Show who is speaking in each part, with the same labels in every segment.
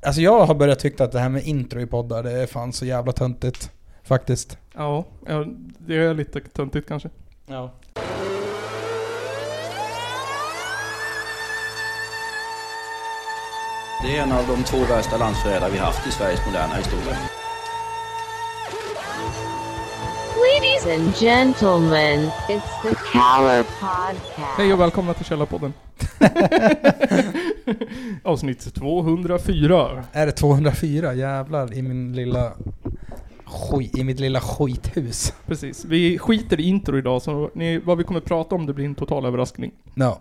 Speaker 1: Alltså jag har börjat tycka att det här med intro i poddar, det är fan så jävla töntigt. Faktiskt.
Speaker 2: Ja, ja, det är lite töntigt kanske.
Speaker 1: Ja.
Speaker 3: Det är en av de två värsta landsförrädare vi haft i Sveriges moderna historia.
Speaker 4: Ladies and gentlemen, it's the Caller Podcast.
Speaker 2: Hej och välkomna till Källarpodden. Avsnitt 204.
Speaker 1: Är det 204? Jävlar i min lilla... Skit, I mitt lilla skithus.
Speaker 2: Precis. Vi skiter i intro idag, så ni, vad vi kommer prata om det blir en total överraskning.
Speaker 1: Ja.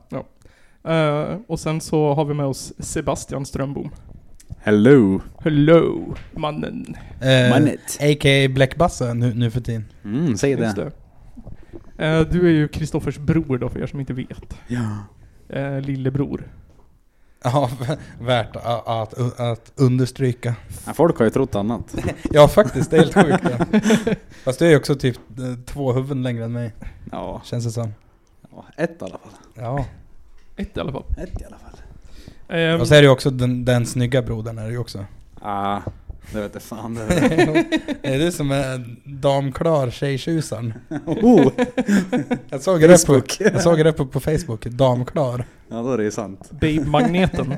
Speaker 2: Eh, och sen så har vi med oss Sebastian Strömbom.
Speaker 5: Hello!
Speaker 2: Hello, mannen.
Speaker 1: Eh,
Speaker 5: Manet.
Speaker 1: A.k.a. Black Bassa nu, nu för tiden.
Speaker 5: Mm, säg
Speaker 2: Just
Speaker 5: det.
Speaker 2: det. Eh, du är ju Kristoffers bror då, för er som inte vet.
Speaker 5: Ja.
Speaker 2: Eh, lillebror.
Speaker 1: Ja, värt att, att, att understryka.
Speaker 5: Men Folk har ju trott annat.
Speaker 1: Ja faktiskt, det är helt sjukt. Ja. Fast du är ju också typ eh, två huvuden längre än mig,
Speaker 5: Ja,
Speaker 1: känns det som.
Speaker 5: ja, ett i alla fall.
Speaker 1: Ja.
Speaker 2: Ett i alla fall.
Speaker 5: Ett i alla fall.
Speaker 2: Ehm,
Speaker 1: Och så är det ju också den, den snygga brodern är det ju också.
Speaker 5: Ah, det vet jag fan det. Är.
Speaker 1: Det är du som är damklar tjejtjusaren.
Speaker 5: Oh,
Speaker 1: Jag såg det på,
Speaker 5: Facebook.
Speaker 1: jag såg det på, på Facebook, damklar.
Speaker 5: ja, då är det ju sant.
Speaker 2: Babe-magneten.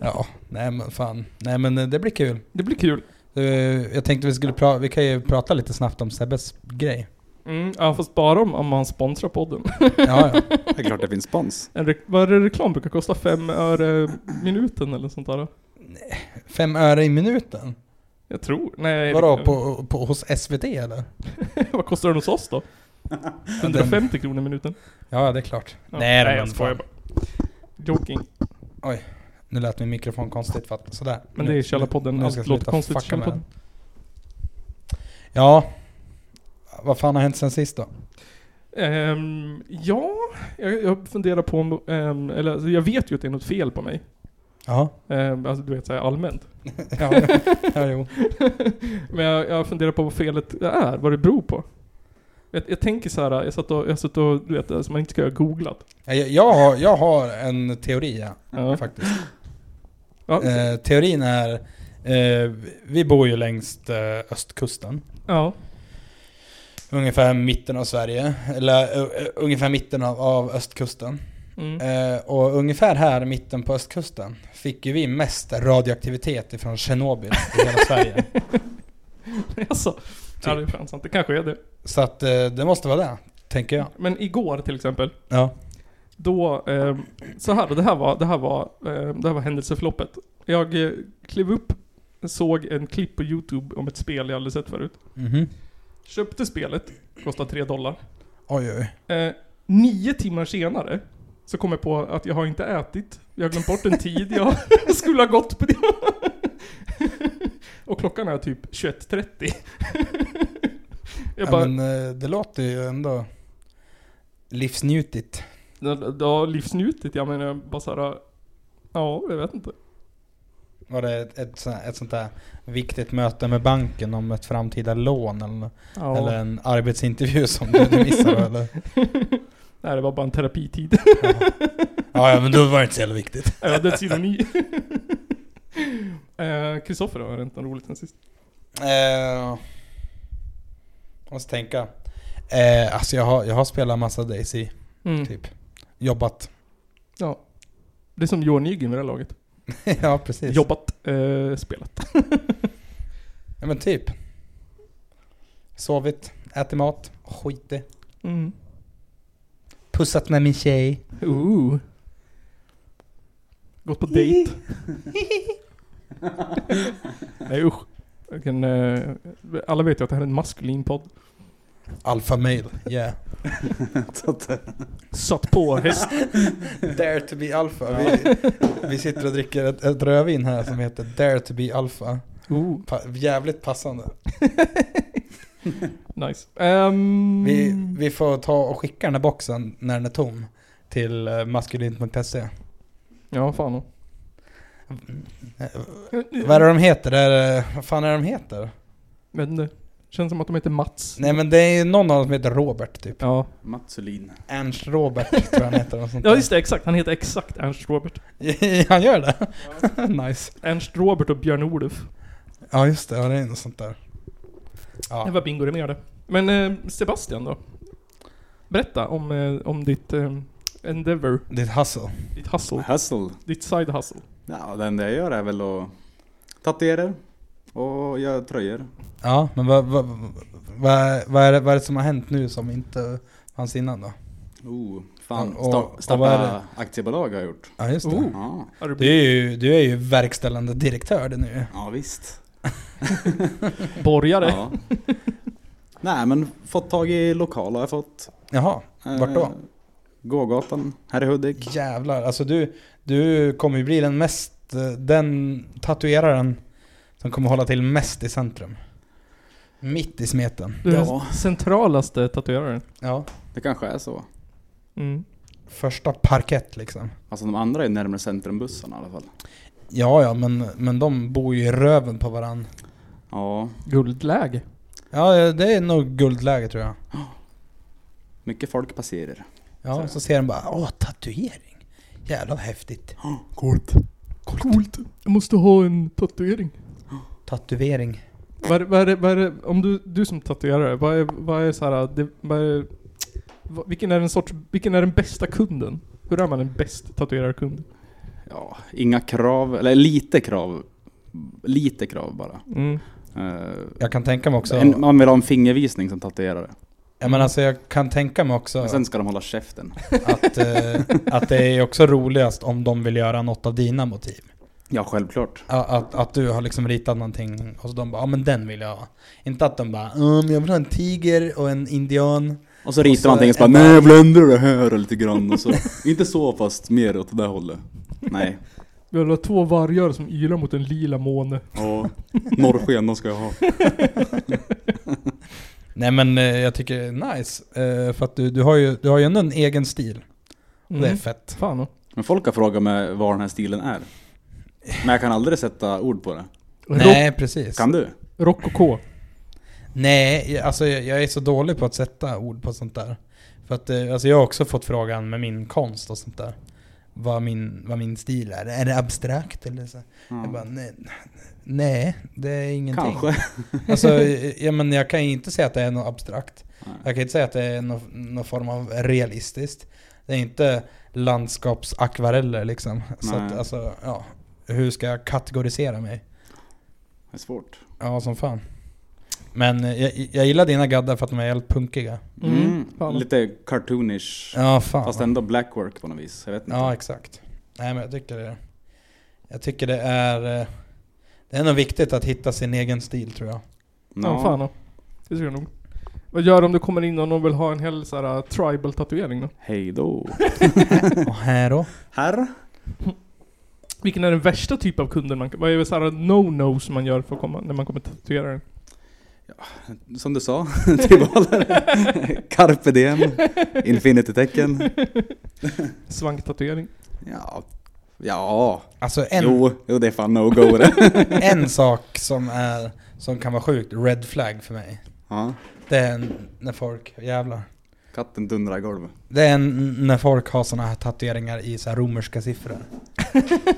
Speaker 1: Ja, nej men fan. Nej men eh, det blir kul.
Speaker 2: Det blir kul.
Speaker 1: Eh, Jag tänkte vi skulle prata, vi kan ju prata lite snabbt om Sebbes grej.
Speaker 2: Mm, ja, fast bara om, om man sponsrar podden.
Speaker 1: Ja, ja.
Speaker 5: Det är klart det finns spons.
Speaker 2: En re- vad är det reklam brukar kosta? Fem öre minuten eller sånt där?
Speaker 1: Fem öre i minuten?
Speaker 2: Jag tror. Nej,
Speaker 1: Vadå,
Speaker 2: det-
Speaker 1: på, på, hos SVT eller?
Speaker 2: vad kostar den hos oss då?
Speaker 1: den-
Speaker 2: 150 kronor i minuten?
Speaker 1: Ja, ja, det är klart.
Speaker 2: Ja.
Speaker 1: Nej, men
Speaker 2: jag skojar
Speaker 1: fan.
Speaker 2: bara. Joking.
Speaker 1: Nu lät min mikrofon konstigt för att, sådär.
Speaker 2: Men
Speaker 1: Nu-
Speaker 2: det är Källarpodden,
Speaker 1: nu ska jag
Speaker 2: allt låter
Speaker 1: sluta
Speaker 2: konstigt i
Speaker 1: fucka med
Speaker 2: Källarpodden.
Speaker 1: den. Ja. Vad fan har hänt sen sist då?
Speaker 2: Ehm, ja, jag, jag funderar på om, ehm, eller alltså, jag vet ju att det är något fel på mig.
Speaker 1: Ja.
Speaker 2: Ehm, alltså du vet såhär allmänt.
Speaker 1: Ja, ja, ja jo.
Speaker 2: Men jag, jag funderar på vad felet är, vad det beror på. Jag, jag tänker så här, jag satt och, jag satt och du vet, alltså man inte ska ha googlat.
Speaker 1: Ja, Jag, jag, har, jag har en teori ja,
Speaker 2: Ja.
Speaker 1: faktiskt.
Speaker 2: Ja,
Speaker 1: Eh, teorin är, eh, vi bor ju längs eh, östkusten.
Speaker 2: ja.
Speaker 1: Ungefär mitten av Sverige, eller eh, eh, ungefär mitten av, av östkusten.
Speaker 2: Mm.
Speaker 1: Eh, och ungefär här, mitten på östkusten, fick ju vi mest radioaktivitet ifrån Tjernobyl i hela Sverige.
Speaker 2: Alltså, ja, det är fan sant. Det kanske är det.
Speaker 1: Så att eh, det måste vara det, tänker jag.
Speaker 2: Men igår till exempel,
Speaker 1: Ja.
Speaker 2: då, eh, så här, det här var, det här var, eh, det här var händelseförloppet. Jag eh, klev upp, såg en klipp på YouTube om ett spel jag aldrig sett förut.
Speaker 1: Mhm.
Speaker 2: Köpte spelet, kostade 3 dollar.
Speaker 1: Oj, oj.
Speaker 2: Eh, nio timmar senare så kom jag på att jag har inte ätit, jag har glömt bort en tid jag skulle ha gått på det. Och klockan är typ 21.30. jag
Speaker 1: Ja,
Speaker 2: bara,
Speaker 1: men, eh, det låter ju ändå livsnjutigt.
Speaker 2: Det det har livsnjutit, jag menar bara såhär... Ja, jag vet inte.
Speaker 1: Var det ett, ett, sånt- ett sånt där viktigt möte med banken om ett framtida lån eller,
Speaker 2: Ja.
Speaker 1: eller en arbetsintervju som du, du missade eller?
Speaker 2: Nej, det var bara en terapitid.
Speaker 1: Ja, ja men då var det inte så jävla viktigt.
Speaker 2: Ödets ironi. Eh, Kristoffer har inte något roligt sen sist.
Speaker 1: Eh, måste tänka. Eh, alltså jag har, jag har spelat massa Daisy,
Speaker 2: Mm.
Speaker 1: typ. Jobbat.
Speaker 2: Ja. Det är som Johan Nygren vid det här laget.
Speaker 1: ja precis.
Speaker 2: Jobbat, eh, spelat.
Speaker 1: Ja men typ. Sovit, ätit mat, skitit.
Speaker 2: Mm.
Speaker 1: Pussat med min tjej.
Speaker 2: Ooh. Gått på dejt. Nej usch. Jag kan, eh, alla vet ju att det här är en maskulin podd.
Speaker 1: Alpha male, yeah.
Speaker 5: Så att, eh,
Speaker 2: Satt på häst.
Speaker 1: Dare to be alpha. Vi, vi sitter och dricker ett, ett rödvin här som heter Dare to be alpha.
Speaker 2: Ooh.
Speaker 1: Pa, jävligt passande.
Speaker 2: Nice. Ehm,
Speaker 1: Vi, vi får ta och skicka den här boxen när den är tom till eh, maskulint.se.
Speaker 2: Ja, fan. då.
Speaker 1: Vad är det de heter? Det är, eh, vad fan är det de heter?
Speaker 2: Men eh, Känns som att de heter Mats.
Speaker 1: Nej men det är ju någon av dem som heter Robert typ.
Speaker 2: Ja.
Speaker 5: Matsulin.
Speaker 1: Ernst Robert tror jag han heter. något sånt
Speaker 2: ja,
Speaker 1: där.
Speaker 2: just det. Exakt. Han heter exakt Ernst Robert.
Speaker 1: han gör det? nice.
Speaker 2: Ernst Robert och Björn-Olof.
Speaker 1: Ja just det, ja, det är något sånt där.
Speaker 2: Det
Speaker 1: Ja.
Speaker 2: var bingo det med det. Men eh, Sebastian då? Berätta om, eh, om ditt eh, endeavor,
Speaker 1: Ditt hustle.
Speaker 2: ditt hustle,
Speaker 5: Hustle.
Speaker 2: ditt side hustle.
Speaker 5: Ja, det enda jag gör är väl att tatuera och göra tröjor.
Speaker 1: Ja, men vad, vad, vad, vad, är det, vad är det som har hänt nu som inte fanns innan då?
Speaker 5: Oh, fan.
Speaker 1: Och-
Speaker 5: Sta-
Speaker 1: och vad är
Speaker 5: starta aktiebolag har jag gjort.
Speaker 1: Ja just det.
Speaker 2: Oh.
Speaker 5: Ja,
Speaker 2: Har du
Speaker 1: Du är ju, du är ju verkställande direktör det nu.
Speaker 5: ja visst.
Speaker 2: blivit borgare?
Speaker 5: Ja. Nej men fått tag i lokal har jag fått.
Speaker 1: Jaha,
Speaker 5: Eh,
Speaker 1: Vart då?
Speaker 5: Gågatan här i Hudik.
Speaker 1: jävlar. Alltså du, du kommer ju bli den mest, eh, den tatueraren som kommer hålla till mest i centrum. Mitt i smeten.
Speaker 2: Du är den
Speaker 5: Ja.
Speaker 2: centralaste tatueraren.
Speaker 1: Ja.
Speaker 5: Det kanske är så.
Speaker 2: Mm.
Speaker 1: Första parkett liksom.
Speaker 5: Alltså de andra är närmare centrumbussarna i alla fall.
Speaker 1: Ja, ja, men, men de bor ju i röven på varann.
Speaker 5: Ja,
Speaker 2: Guldläge.
Speaker 1: Ja, det är nog guldläge tror jag.
Speaker 5: mycket folk passerar.
Speaker 1: Ja, så ser de bara åh, tatuering. Jävlar vad häftigt.
Speaker 5: Coolt.
Speaker 2: Coolt. Jag måste ha en tatuering.
Speaker 1: Tatuering.
Speaker 2: Vad är, vad är, det- vad är, det- om du, du som tatuerare, vad är, vad är så här, det, vad är, vad, vilken, är den sorts, vilken är den bästa kunden? Hur är man en bäst tatuerarkund?
Speaker 5: Ja, inga krav, eller lite krav. Lite krav bara.
Speaker 2: Mm.
Speaker 5: Eh,
Speaker 1: Jag kan tänka mig också...
Speaker 5: en, man vill ha en fingervisning som tatuerare.
Speaker 1: Ja, men alltså jag kan tänka mig också...
Speaker 5: Men sen ska de hålla käften.
Speaker 1: att, eh, att det är också roligast om de vill göra något av dina motiv.
Speaker 5: Ja, självklart.
Speaker 1: Ja, Att, att du har liksom ritat någonting och så de bara ja men den vill jag ha. Inte att de bara um, jag vill ha en tiger och en indian.
Speaker 5: Och
Speaker 1: så
Speaker 5: så ritar man antingen så bara
Speaker 1: en-
Speaker 5: Nej jag bländar det här lite grann och så. Inte så fast mer åt det där hållet. Nej.
Speaker 2: Vi har två vargar som ylar mot en lila måne.
Speaker 5: Och norrsken de ska jag ha.
Speaker 1: Nej men eh, jag tycker det är nice. eh, För att du, du har ju, du har ju ändå en egen stil. Och
Speaker 5: Mm.
Speaker 1: Det är fett.
Speaker 2: Mm. Fan då.
Speaker 5: Men folk har frågat mig vad den här stilen är. Men jag kan aldrig sätta ord på det.
Speaker 2: Rock,
Speaker 1: Nej precis.
Speaker 5: Kan du?
Speaker 2: rock och K.
Speaker 1: Nej, jag- alltså jag jag är så dålig på att sätta ord på sånt där. För att eh, alltså jag har också fått frågan med min konst och sånt där. Vad min, vad min stil är. Är det abstrakt eller så? Jag bara, nej, nej, det är ingenting.
Speaker 5: Mm. Kanske.
Speaker 1: Alltså, ja, men jag kan ju inte säga att det är något abstrakt.
Speaker 5: Nej.
Speaker 1: Jag kan inte säga att det är någon, någon form av realistiskt. Det är inte landskapsakvareller liksom. Så
Speaker 5: Nej.
Speaker 1: att, alltså, ja. Hur ska jag kategorisera mig?
Speaker 5: Det är svårt.
Speaker 1: Ja, som fan. Men eh, jag, jag gillar dina gaddar för att de är helt punkiga.
Speaker 2: Mm,
Speaker 5: Mm.
Speaker 2: fan.
Speaker 5: Lite cartoonish.
Speaker 1: Ja, fan.
Speaker 5: Fast ändå blackwork på något vis. Jag vet inte.
Speaker 1: Ja, exakt. Nej, men jag tycker det. Jag tycker det är... eh, Det är nog viktigt att hitta sin egen stil tror jag.
Speaker 5: Ja.
Speaker 2: Ja, fan då. Det tror jag nog. Vad gör du om du kommer in och någon vill ha en hel så här, äh, tribal tatuering då?
Speaker 5: Hej då.
Speaker 1: Och här då?
Speaker 5: Herr?
Speaker 2: Vilken är den värsta typ av kunden man Vad är det så här no-no som man gör för att komma, när man kommer tatuera den?
Speaker 5: Som du sa, tribalare. Carpe diem. Infinity-tecken.
Speaker 2: Svanktatuering?
Speaker 5: Ja. Ja.
Speaker 1: Alltså en,
Speaker 5: Jo, jo, det är fan no-go det.
Speaker 1: en sak som, är, som kan vara sjukt red flag för mig.
Speaker 5: Ja.
Speaker 1: Det är en- när folk, jävlar.
Speaker 5: Katten dundrar i golvet.
Speaker 1: Det är en, när folk har såna här tatueringar i så här romerska siffror.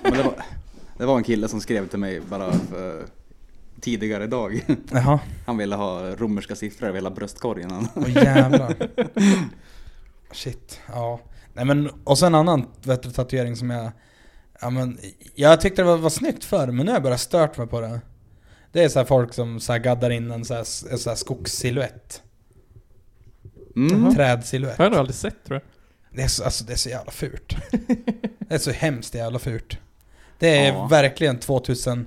Speaker 5: Men det, var, det var en kille som skrev till mig bara för tidigare idag.
Speaker 1: Jaha,
Speaker 5: Han ville ha romerska siffror över hela bröstkorgen. Han.
Speaker 1: och jävlar. Shit, ja. Nej men, och sen en annan vet du, tatuering som jag... Ja men, jag tyckte det var, var snyggt förr, men nu har jag börjat stört mig på det. Det är så här folk som så här gaddar in en så här, en så här skogssilhuett.
Speaker 5: Mm.
Speaker 1: Trädsilhuett.
Speaker 2: Det har jag nog aldrig sett tror jag.
Speaker 1: Det är så, alltså det är så jävla fult. det är så hemskt jävla fult. Det är
Speaker 5: Ja.
Speaker 1: verkligen 2000...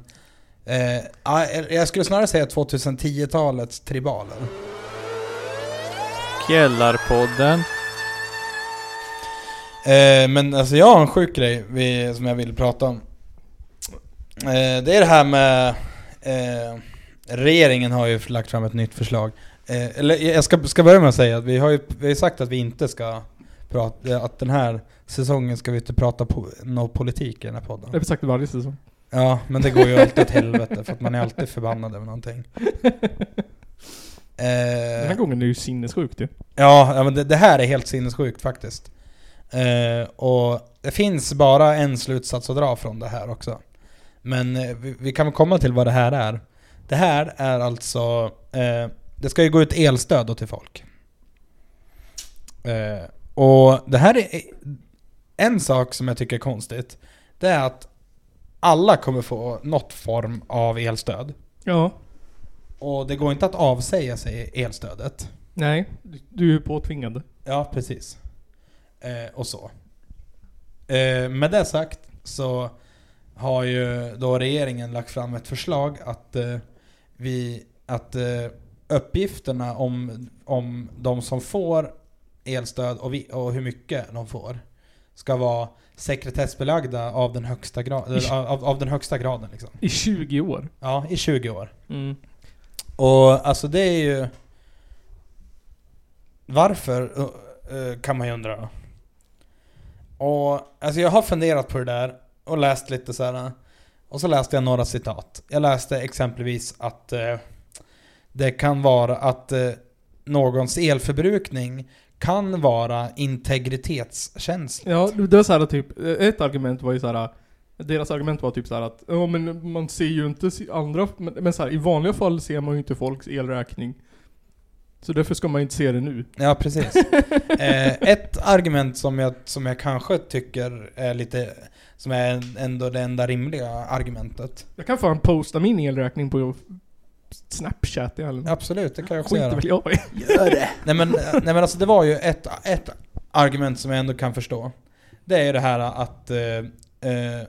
Speaker 1: Eh, ja, eller jag skulle snarare säga 2010-talets tribaler.
Speaker 6: Källarpodden.
Speaker 1: Eh, men alltså jag har en sjuk grej vi, som jag vill prata om. Eh, det är det här med... Eh, regeringen har ju lagt fram ett nytt förslag. Eh, eller jag ska, ska börja med att säga att vi har ju vi har ju sagt att vi inte ska prata... Att den här säsongen ska vi inte prata på, någon politik i den här podden.
Speaker 2: Det har vi sagt varje säsong.
Speaker 1: Eh, Ja, men det går ju alltid åt helvete för att man är alltid förbannad över någonting.
Speaker 2: Den här
Speaker 1: Eh,
Speaker 2: gången är det ju sinnessjukt ju.
Speaker 1: ja, ja, men det, det här är helt sinnessjukt faktiskt. Eh, och det finns bara en slutsats att dra från det här också. Men eh, vi, vi kan väl komma till vad det här är. Det här är alltså... Eh, det ska ju gå ut elstöd då till folk. Eh, och det här är... eh, En sak som jag tycker är konstigt, det är att alla kommer få något form av elstöd.
Speaker 2: Ja.
Speaker 1: Och det går inte att avsäga sig elstödet.
Speaker 2: Nej, du- du är ju påtvingad.
Speaker 1: Ja, precis. Eh, och så. Eh, med det sagt så har ju då regeringen lagt fram ett förslag att eh, vi att eh, uppgifterna om, om de som får elstöd och, vi, och hur mycket de får ska vara sekretessbelagda av den högsta, gra- eller av, av- av den högsta graden. Liksom.
Speaker 2: I 20 år.
Speaker 1: Ja, i 20 år.
Speaker 2: Mm.
Speaker 1: Och alltså det är ju... Varför? eh, eh, Kan man ju undra. Och alltså jag har funderat på det där och läst lite så här. Och så läste jag några citat. Jag läste exempelvis att eh, det kan vara att eh, någons elförbrukning kan vara integritetskänsligt.
Speaker 2: Ja, det var så här typ, ett argument var ju så här. Deras argument var typ så här att, ja men man ser ju inte si- andra, men, men så här, i vanliga fall ser man ju inte folks elräkning. Så därför ska man inte se det nu.
Speaker 1: Ja, precis. eh, ett argument som jag, som jag kanske tycker är lite... Som är ändå det enda rimliga argumentet.
Speaker 2: Jag kan fan posta min elräkning på Snapchat eller något.
Speaker 1: Absolut, det kan jag också
Speaker 2: Skiter
Speaker 1: göra.
Speaker 2: väl jag i.
Speaker 5: Gör det!
Speaker 1: Nej men, nej men alltså det var ju ett, ett argument som jag ändå kan förstå. Det är ju det här att eh, eh,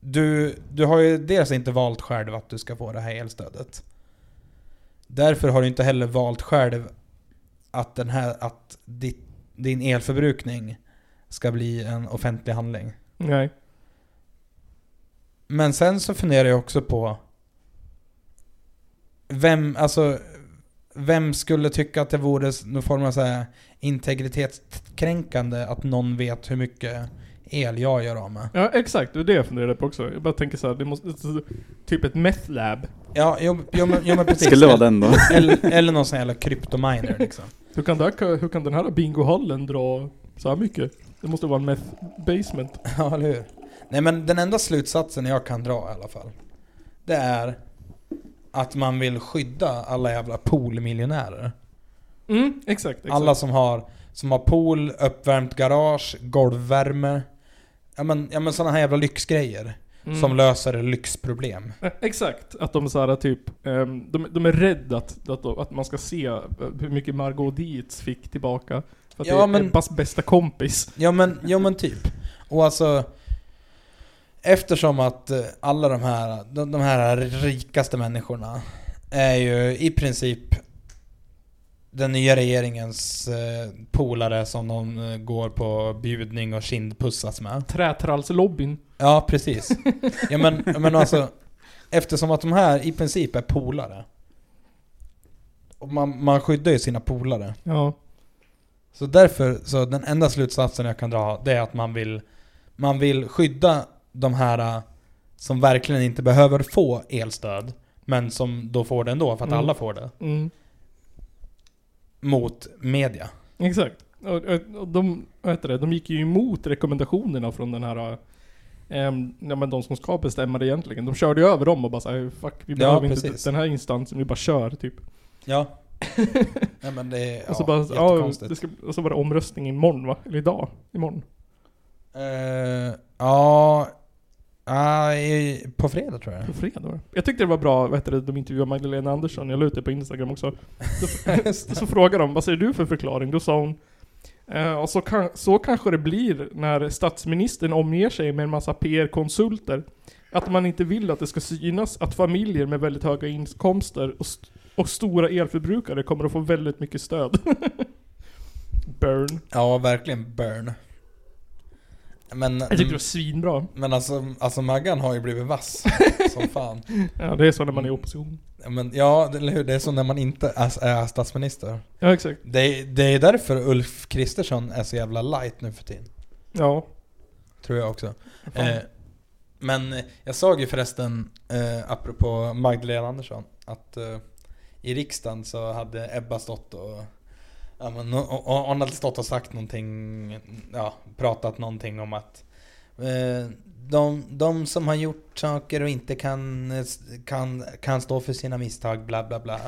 Speaker 1: du, du har ju dels inte valt själv att du ska få det här elstödet. Därför har du inte heller valt själv att, den här, att ditt, din elförbrukning ska bli en offentlig handling.
Speaker 2: Nej.
Speaker 1: Men sen så funderar jag också på vem, alltså vem skulle tycka att det vore s- någon form av så här integritetskränkande att någon vet hur mycket el jag gör av med?
Speaker 2: Ja, exakt. Det är det jag funderade på också. Jag bara tänker så här, det måste, typ ett meth lab.
Speaker 1: Ja, jo, jo, men, jo men precis.
Speaker 5: Skulle vara den då.
Speaker 1: Eller, eller någon sån här jävla kryptominer liksom.
Speaker 2: Hur kan, det här, hur kan den här bingohallen dra så här mycket? Det måste vara en meth basement.
Speaker 1: Ja, eller hur? Nej men den enda slutsatsen jag kan dra i alla fall. Det är att man vill skydda alla jävla poolmiljonärer.
Speaker 2: Mm, exakt. exakt.
Speaker 1: Alla som har, som har pool, uppvärmt garage, golvvärme. Ja men, ja, men sådana här jävla lyxgrejer.
Speaker 2: Mm.
Speaker 1: Som löser lyxproblem.
Speaker 2: Eh, Exakt, att de så här typ, ehm, de, de är rädda att, att, de- att man ska se eh, hur mycket Margot Dietz fick tillbaka. För att
Speaker 1: Ja,
Speaker 2: det är
Speaker 1: men-
Speaker 2: Ebbas bästa kompis.
Speaker 1: Ja men, ja, men typ. Och alltså... Eftersom att eh, alla de här, de, de här rikaste människorna är ju i princip den nya regeringens eh, polare som de eh, går på bjudning och kindpussas med.
Speaker 2: Trätrallslobbyn.
Speaker 1: Ja, precis. Ja, men, ja, men alltså, eftersom att de här i princip är polare. Och man, man skyddar ju sina polare.
Speaker 2: Ja.
Speaker 1: Så därför, så den enda slutsatsen jag kan dra, det är att man vill, man vill skydda de här äh, som verkligen inte behöver få elstöd, men som då får det ändå, för att
Speaker 2: Mm.
Speaker 1: alla får det,
Speaker 2: Mm.
Speaker 1: mot media.
Speaker 2: Exakt. Och, och, och de, vad heter det, de gick ju emot rekommendationerna från den här Um, ja, men de som ska bestämma det egentligen. De körde ju över dem och bara såhär, fuck vi behöver inte
Speaker 1: precis.
Speaker 2: den här instansen, vi bara kör typ.
Speaker 1: Ja. Nej men det är
Speaker 2: och, så
Speaker 1: ja,
Speaker 2: bara, ja,
Speaker 1: jättekonstigt.
Speaker 2: det ska, och så var det omröstning imorgon va? Eller idag? Imorgon?
Speaker 1: Eh, ja, ja, i- på fredag tror jag.
Speaker 2: På fredag var det. Jag tyckte det var bra, vad heter det, de intervjuade Magdalena Andersson, jag la ut det på Instagram också. Så, så frågade de, vad säger du för förklaring? Då sa hon, eh, och så, kan, så kanske det blir när statsministern omger sig med en massa PR-konsulter. Att man inte vill att det ska synas att familjer med väldigt höga inkomster och, st- och stora elförbrukare kommer att få väldigt mycket stöd. Burn.
Speaker 1: Ja, verkligen burn. Men,
Speaker 2: Jag tyckte det var svinbra.
Speaker 1: men alltså, alltså Maggan har ju blivit vass som fan.
Speaker 2: Ja, det är så när man är i opposition.
Speaker 1: Men ja, eller hur? Det är så när man inte är, är statsminister.
Speaker 2: Ja, exakt.
Speaker 1: Det, är- det är därför Ulf Kristersson är så jävla light nu för tiden.
Speaker 2: Ja.
Speaker 1: Tror jag också.
Speaker 2: Fan.
Speaker 1: Eh, men jag såg ju förresten, eh, apropå Magdalena Andersson, att eh, i riksdagen så hade Ebba stått och ja, men, och- och hon hade stått och sagt någonting, ja, pratat någonting om att eh, de, de som har gjort saker och inte kan, eh, s- kan, kan stå för sina misstag, bla bla bla.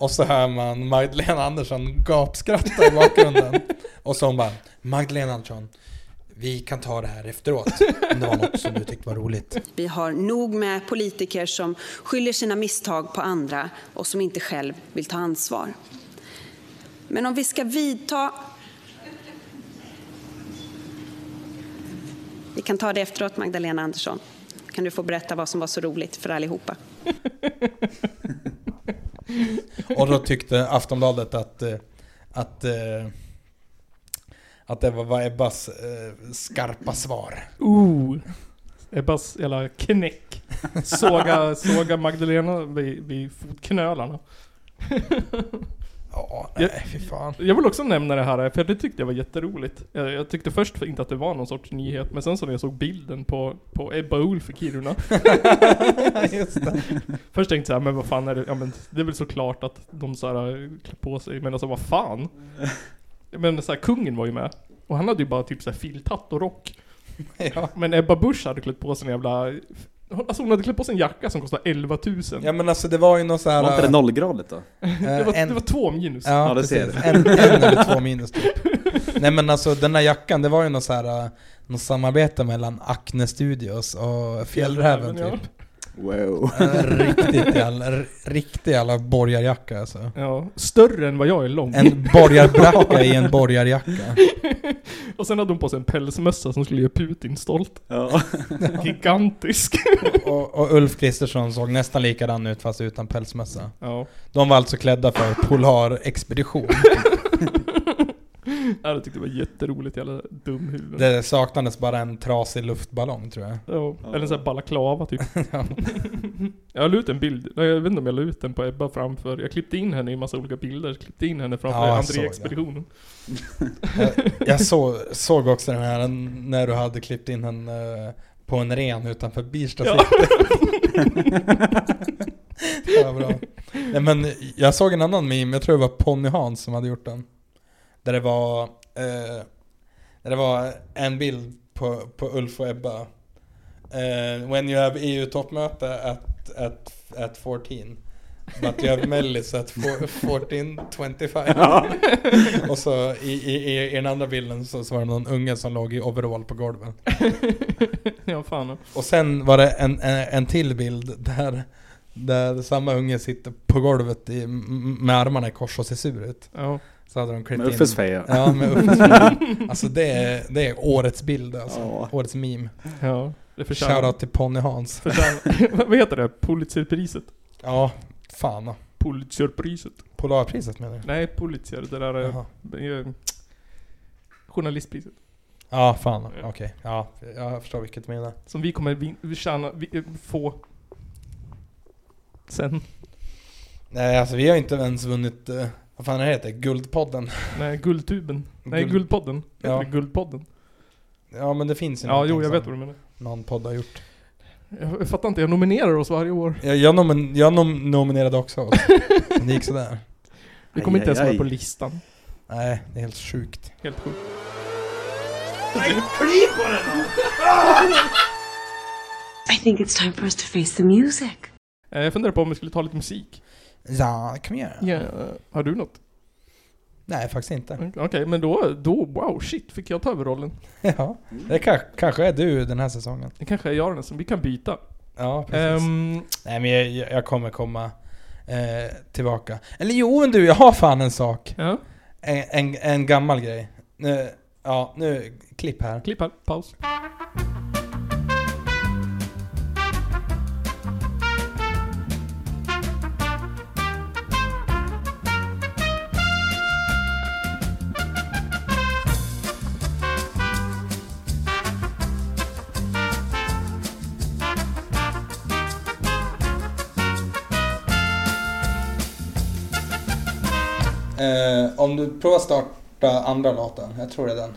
Speaker 1: och så hör man Magdalena Andersson gapskratta i bakgrunden. och så hon bara, Magdalena Andersson, vi kan ta det här efteråt. Om det var något som du tyckte var roligt.
Speaker 6: Vi har nog med politiker som skyller sina misstag på andra och som inte själv vill ta ansvar. Men om vi ska vidta... Vi kan ta det efteråt, Magdalena Andersson. Kan du få berätta vad som var så roligt för allihopa?
Speaker 1: Och då tyckte Aftonbladet att, eh, att, eh, att det var- var Ebbas eh, skarpa svar.
Speaker 2: Ooh. Ebbas jävla knäck. Såga, såga Magdalena vid, vid fotknölarna.
Speaker 1: Ja, nej fy fan.
Speaker 2: Jag vill också nämna det här, för det tyckte jag var jätteroligt. Jag, jag tyckte först inte att det var någon sorts nyhet, men sen så när jag såg bilden på, på Ebba Ulf i Kiruna.
Speaker 1: Just det.
Speaker 2: Först tänkte jag så här, men vad fan är det? Ja, men det är väl såklart att de så här klär på sig, men alltså vad fan? Men så här, kungen var ju med. Och han hade ju bara typ så här filthatt och rock.
Speaker 1: Ja.
Speaker 2: Men Ebba Busch hade klätt på sig en jävla... Alltså hon hade klätt på sig en jacka som kostade 11 000.
Speaker 1: ja men alltså det var ju något så här...
Speaker 5: Var inte det nollgradigt då?
Speaker 1: eh,
Speaker 2: det, var,
Speaker 1: en-
Speaker 2: det var två minus.
Speaker 1: Ja,
Speaker 5: Ja, det ser
Speaker 1: precis. En, en eller två minus typ. Nej men alltså den där jackan, det var ju något så här... eh, Något samarbete mellan Acne Studios och Fjällräven
Speaker 2: Fjällräven, ja.
Speaker 1: typ.
Speaker 5: Wow.
Speaker 1: Eh, Riktigt jävla, riktig jävla borgarjacka alltså.
Speaker 2: Ja, större än vad jag är lång.
Speaker 1: En borgarbracka i en borgarjacka.
Speaker 2: Och sen hade hon på sig en pälsmössa som skulle göra Putin stolt.
Speaker 5: Ja.
Speaker 2: Gigantisk.
Speaker 1: Och, och Ulf Kristersson såg nästan likadan ut fast utan pälsmössa.
Speaker 2: Ja,
Speaker 1: De var alltså klädda för polarexpedition.
Speaker 2: Ja, det tyckte jag var jätteroligt jävla dumhuvud.
Speaker 1: Det saknades bara en trasig luftballong tror jag.
Speaker 2: Ja, eller en sån här balaklava typ. jag la ut en bild, Nej, jag vet inte om jag la ut den på Ebba framför, jag klippte in henne i massa olika bilder, klippte in henne framför
Speaker 1: Ja, jag såg det.
Speaker 2: André-expeditionen.
Speaker 1: Jag, jag så, såg också den här när du hade klippt in en eh, på en ren utanför Birsta
Speaker 2: Ja.
Speaker 1: Det var bra. Nej, men jag såg en annan meme, jag tror det var Pony Hans som hade gjort den. Där det var, eh, där det var en bild på, på Ulf och Ebba. Eh, when you have EU-toppmöte at, at, at 14. But you have mellis at 14.25. Och så i, i, i, i den andra bilden så, så var det någon unge som låg i overall på golvet.
Speaker 2: ja, fan.
Speaker 1: Och sen var det en, en, en till bild där, där samma unge sitter på golvet i, m- med armarna i kors och ser sur ut.
Speaker 2: Ja.
Speaker 1: Så hade de klippt
Speaker 5: Med
Speaker 1: in...
Speaker 5: Uffes feja.
Speaker 1: Ja, med Uffes feja. Alltså det är, det är årets bild alltså.
Speaker 5: Ja.
Speaker 1: Årets meme.
Speaker 2: ja, det förtjänar...
Speaker 1: Shoutout till Pony Hans.
Speaker 2: förtjänar- Vad heter det? Pulitzerpriset?
Speaker 1: Ja, fan. då.
Speaker 2: Pulitzerpriset?
Speaker 1: Polarpriset menar du?
Speaker 2: Nej, Pulitzer, det där är...
Speaker 1: Jaha.
Speaker 2: eh, Journalistpriset.
Speaker 1: Ja, fan. Okej. Ja, jag förstår vilket du menar.
Speaker 2: Som vi kommer vin- vi tjäna, vi, eh, få... Sen.
Speaker 1: Nej, alltså vi har inte ens vunnit... eh, Vad fan det heter? Guldpodden.
Speaker 2: Nej, Guldtuben. Nej,
Speaker 1: Guld-
Speaker 2: Guldpodden. Heter
Speaker 1: Ja.
Speaker 2: det Guldpodden.
Speaker 1: Ja, men det finns ju
Speaker 2: Ja,
Speaker 1: någonting
Speaker 2: jo, jag
Speaker 1: som
Speaker 2: vet vad du menar.
Speaker 1: någon podd har gjort.
Speaker 2: Jag, jag fattar inte, jag nominerar oss varje år.
Speaker 1: Jag, jag, nomin, jag nom, nominerade också oss. Men det gick sådär.
Speaker 2: Vi kommer
Speaker 5: Aj,
Speaker 2: inte ens
Speaker 5: aj,
Speaker 2: vara
Speaker 5: aj.
Speaker 2: på listan.
Speaker 1: Nej, det är helt sjukt.
Speaker 2: Helt sjukt.
Speaker 7: I think it's time for us to face the music.
Speaker 2: Eh, Jag funderar på om vi skulle ta lite musik.
Speaker 1: Ja, det kan vi göra.
Speaker 2: Eh, Har du något?
Speaker 1: Nej, faktiskt inte.
Speaker 2: Okej, men då, då, wow, shit, fick jag ta över rollen.
Speaker 1: Ja, det kan, kanske är du den här säsongen.
Speaker 2: Det kanske är jag den som, vi kan byta.
Speaker 1: Ja, precis.
Speaker 2: Ehm,
Speaker 1: Nej, men jag, jag jag kommer komma eh, tillbaka. Eller jo, men du, jag har fan en sak.
Speaker 2: ja,
Speaker 1: En, en, en gammal grej. Nu, ja, nu, klipp här.
Speaker 2: klipp här, paus.
Speaker 1: Eh, om du provar starta andra låten, jag tror det är den.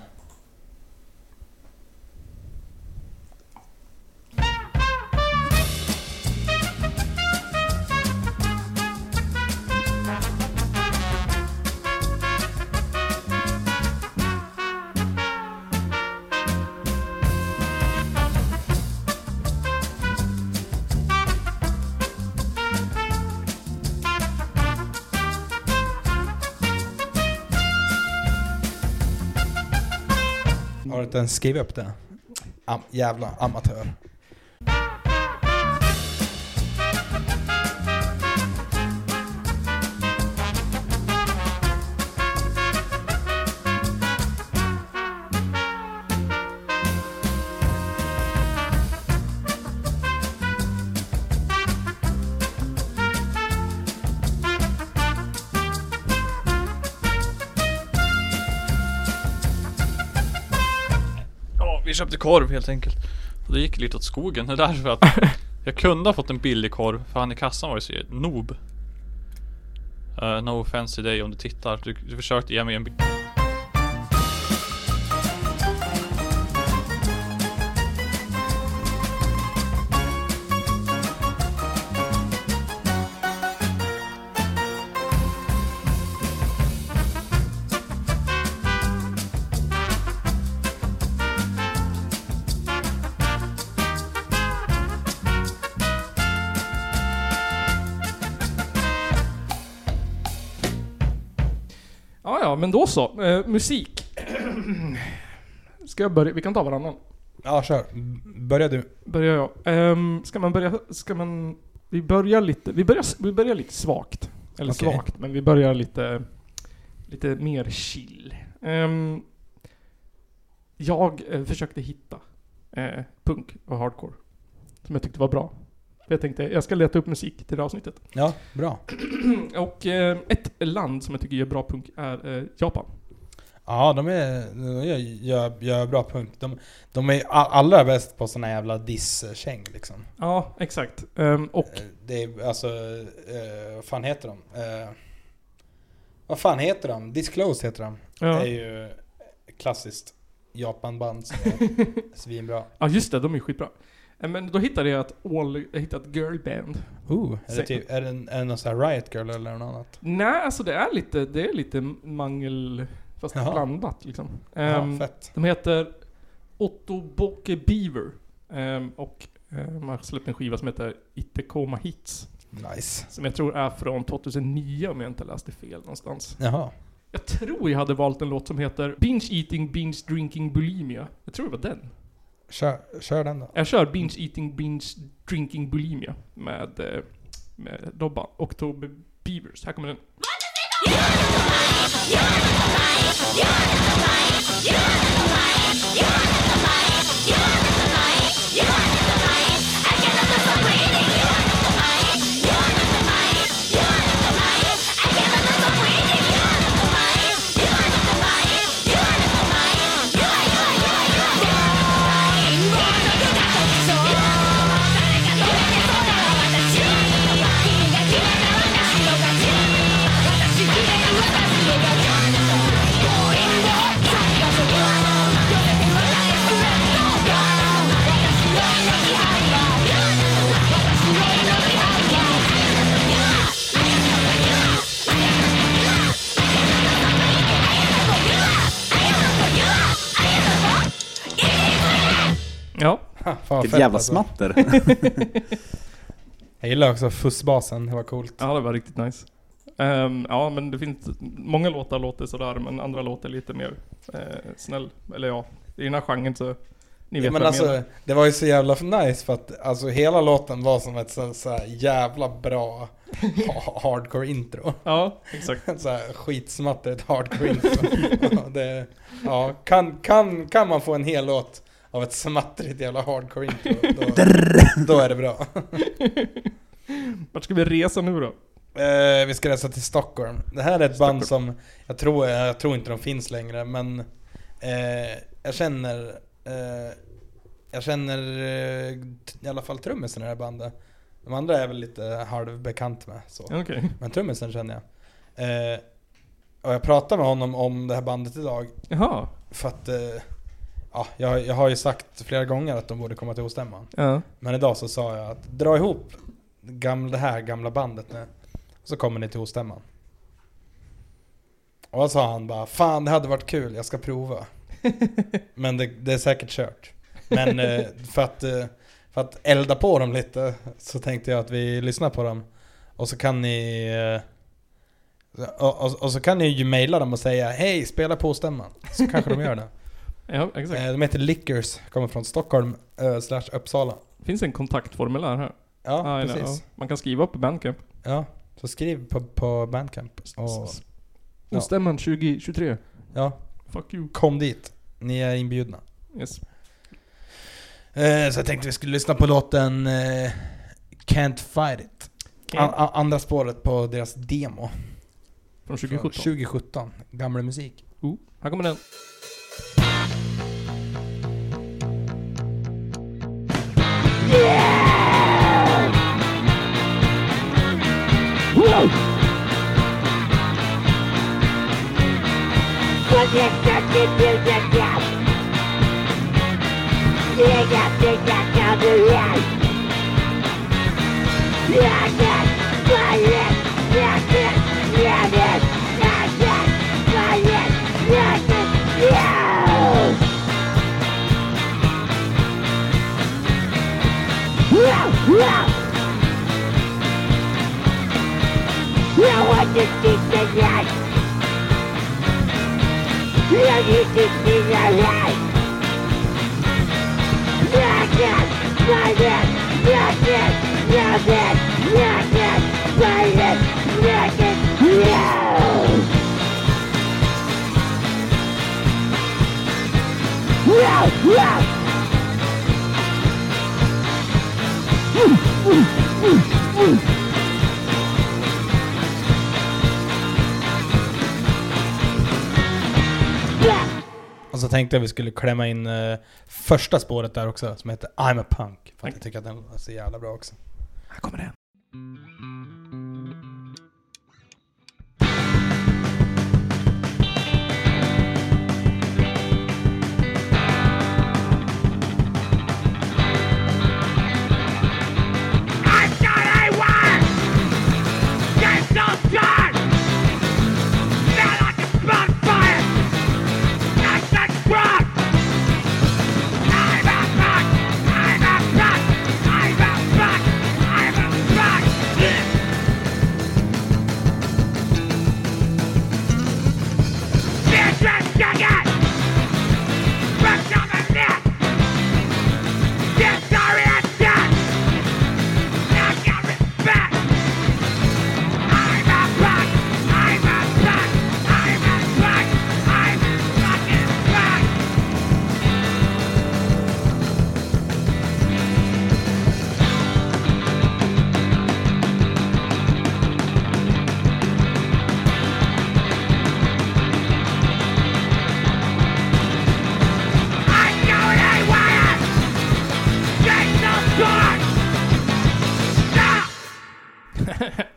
Speaker 1: inte ens skrivit upp det. Am, jävla amatör.
Speaker 8: Ja, vi köpte korv helt enkelt. Och det gick lite åt skogen. Det är därför att jag kunde ha fått en billig korv, för han i kassan var ju så noob. Eh, no offense till dig om du tittar. Du, du försökte ge mig en... bi-
Speaker 2: Ja, ja, men då så. Eh, musik. Ska jag börja? Vi kan ta varannan.
Speaker 1: Ja, kör. Börjar du.
Speaker 2: Börjar jag. Ehm, ska man börja... Ska man... Vi börjar lite... Vi börjar, vi börjar lite svagt. Eller
Speaker 1: Okej.
Speaker 2: svagt, men vi börjar lite... Lite mer chill. Ehm, jag eh, försökte hitta eh, punk och hardcore. Som jag tyckte var bra. För Jag tänkte, jag ska leta upp musik till det här avsnittet.
Speaker 1: Ja, bra.
Speaker 2: Och eh, ett land som jag tycker gör bra punk är eh, Japan.
Speaker 1: Ja, de är... De gör, gör, gör bra punkt. De, de är a- allra bäst på såna jävla diss-käng liksom.
Speaker 2: Ja, exakt. Ehm, och
Speaker 1: Eh, Det är alltså... eh, vad fan heter de? Eh, vad fan heter de? Disclose heter de.
Speaker 2: Ja.
Speaker 1: är ju klassiskt Japanband som är svinbra.
Speaker 2: ja, just det. De är ju skitbra. Eh, Men då hittade jag ett all... Jag hittade ett girlband.
Speaker 1: Ooh, är, det
Speaker 2: Säg-
Speaker 1: typ, är, det en, är det någon sån här Riot Girl eller något annat?
Speaker 2: Nej, alltså det är lite, det är lite mangel... Fast
Speaker 1: Jaha.
Speaker 2: blandat liksom. Ehm,
Speaker 1: ja, fett.
Speaker 2: de heter Otto Boke Beaver. Ehm, och eh, man har släppt en skiva som heter Itekoma Hits.
Speaker 1: Nice.
Speaker 2: Som jag tror är från 2009 om jag inte läste fel någonstans.
Speaker 1: Jaha.
Speaker 2: Jag tror jag hade valt en låt som heter Binge Eating, Binge Drinking Bulimia. Jag tror det var den.
Speaker 1: Kör, kör den då.
Speaker 2: Jag kör Binge Eating, Binge Drinking Bulimia med, eh, med Robban och Tobbe Beavers. Här kommer den. Ja.
Speaker 1: Fan, alltså.
Speaker 5: Vilket jävla smatter.
Speaker 1: Jag gillar också fussbasen, det var coolt.
Speaker 2: Ja, det var riktigt nice. Ehm, ja, men det finns... Många låtar låter sådär, men andra låter lite mer eh, snäll. Eller ja, i den här genren så... Ni vet
Speaker 1: Ja, men
Speaker 2: vad jag menar.
Speaker 1: alltså, det var ju så jävla nice för att alltså, hela låten var som ett så, så här jävla bra ha- hardcore intro.
Speaker 2: Ja, exakt.
Speaker 1: Så här skitsmattrigt hardcore intro. Ja, det, ja, kan, kan, kan man få en hel låt av ett smattrigt jävla hardcore intro, då, då är det bra.
Speaker 2: Vart ska vi resa nu då?
Speaker 1: Eh, vi ska resa till Stockholm. Det här är ett band som, jag tror, jag tror inte de finns längre, men eh, jag känner, eh, jag känner eh, t- i alla fall trummisen i det här bandet. De andra är jag väl lite halvbekant med. Så.
Speaker 2: Okej.
Speaker 1: Men trummisen känner jag. Eh, och jag pratade med honom om det här bandet idag,
Speaker 2: Jaha.
Speaker 1: för att eh, ja, jag, jag har ju sagt flera gånger att de borde komma till ostämman.
Speaker 2: Ja.
Speaker 1: Men idag så sa jag att dra ihop gamla, det här gamla bandet nu. Så kommer ni till ostämman. Och då sa han bara Fan det hade varit kul, jag ska prova. Men det, det är säkert kört. Men eh, för, att, eh, för att elda på dem lite så tänkte jag att vi lyssnar på dem. Och så kan ni... eh, Och, och, och så kan ni ju mejla dem och säga Hej, spela på stämman. Så kanske de gör det.
Speaker 2: Ja, exakt.
Speaker 1: Eh, De heter Lickers, kommer från Stockholm eh, slash Uppsala.
Speaker 2: Finns en kontaktformulär här.
Speaker 1: Ja,
Speaker 2: Ah, eller,
Speaker 1: precis.
Speaker 2: ja. Man kan skriva på Bandcamp.
Speaker 1: Ja, så skriv på, på Bandcamp. Och,
Speaker 2: S-
Speaker 1: ja.
Speaker 2: Ostämman 2023.
Speaker 1: ja,
Speaker 2: Fuck you.
Speaker 1: kom dit. Ni är inbjudna.
Speaker 2: Yes.
Speaker 1: Eh, Så jag tänkte vi skulle lyssna på låten eh, Can't Fight It. An- a- andra spåret på deras demo.
Speaker 2: Från
Speaker 1: från
Speaker 2: 2017.
Speaker 1: 2017. Gammal musik.
Speaker 2: Oh, här kommer den.
Speaker 1: Och så tänkte jag vi skulle klämma in eh, första spåret där också, som heter I'm a Punk. För att jag tycker att den är så jävla bra också.
Speaker 2: Här kommer den.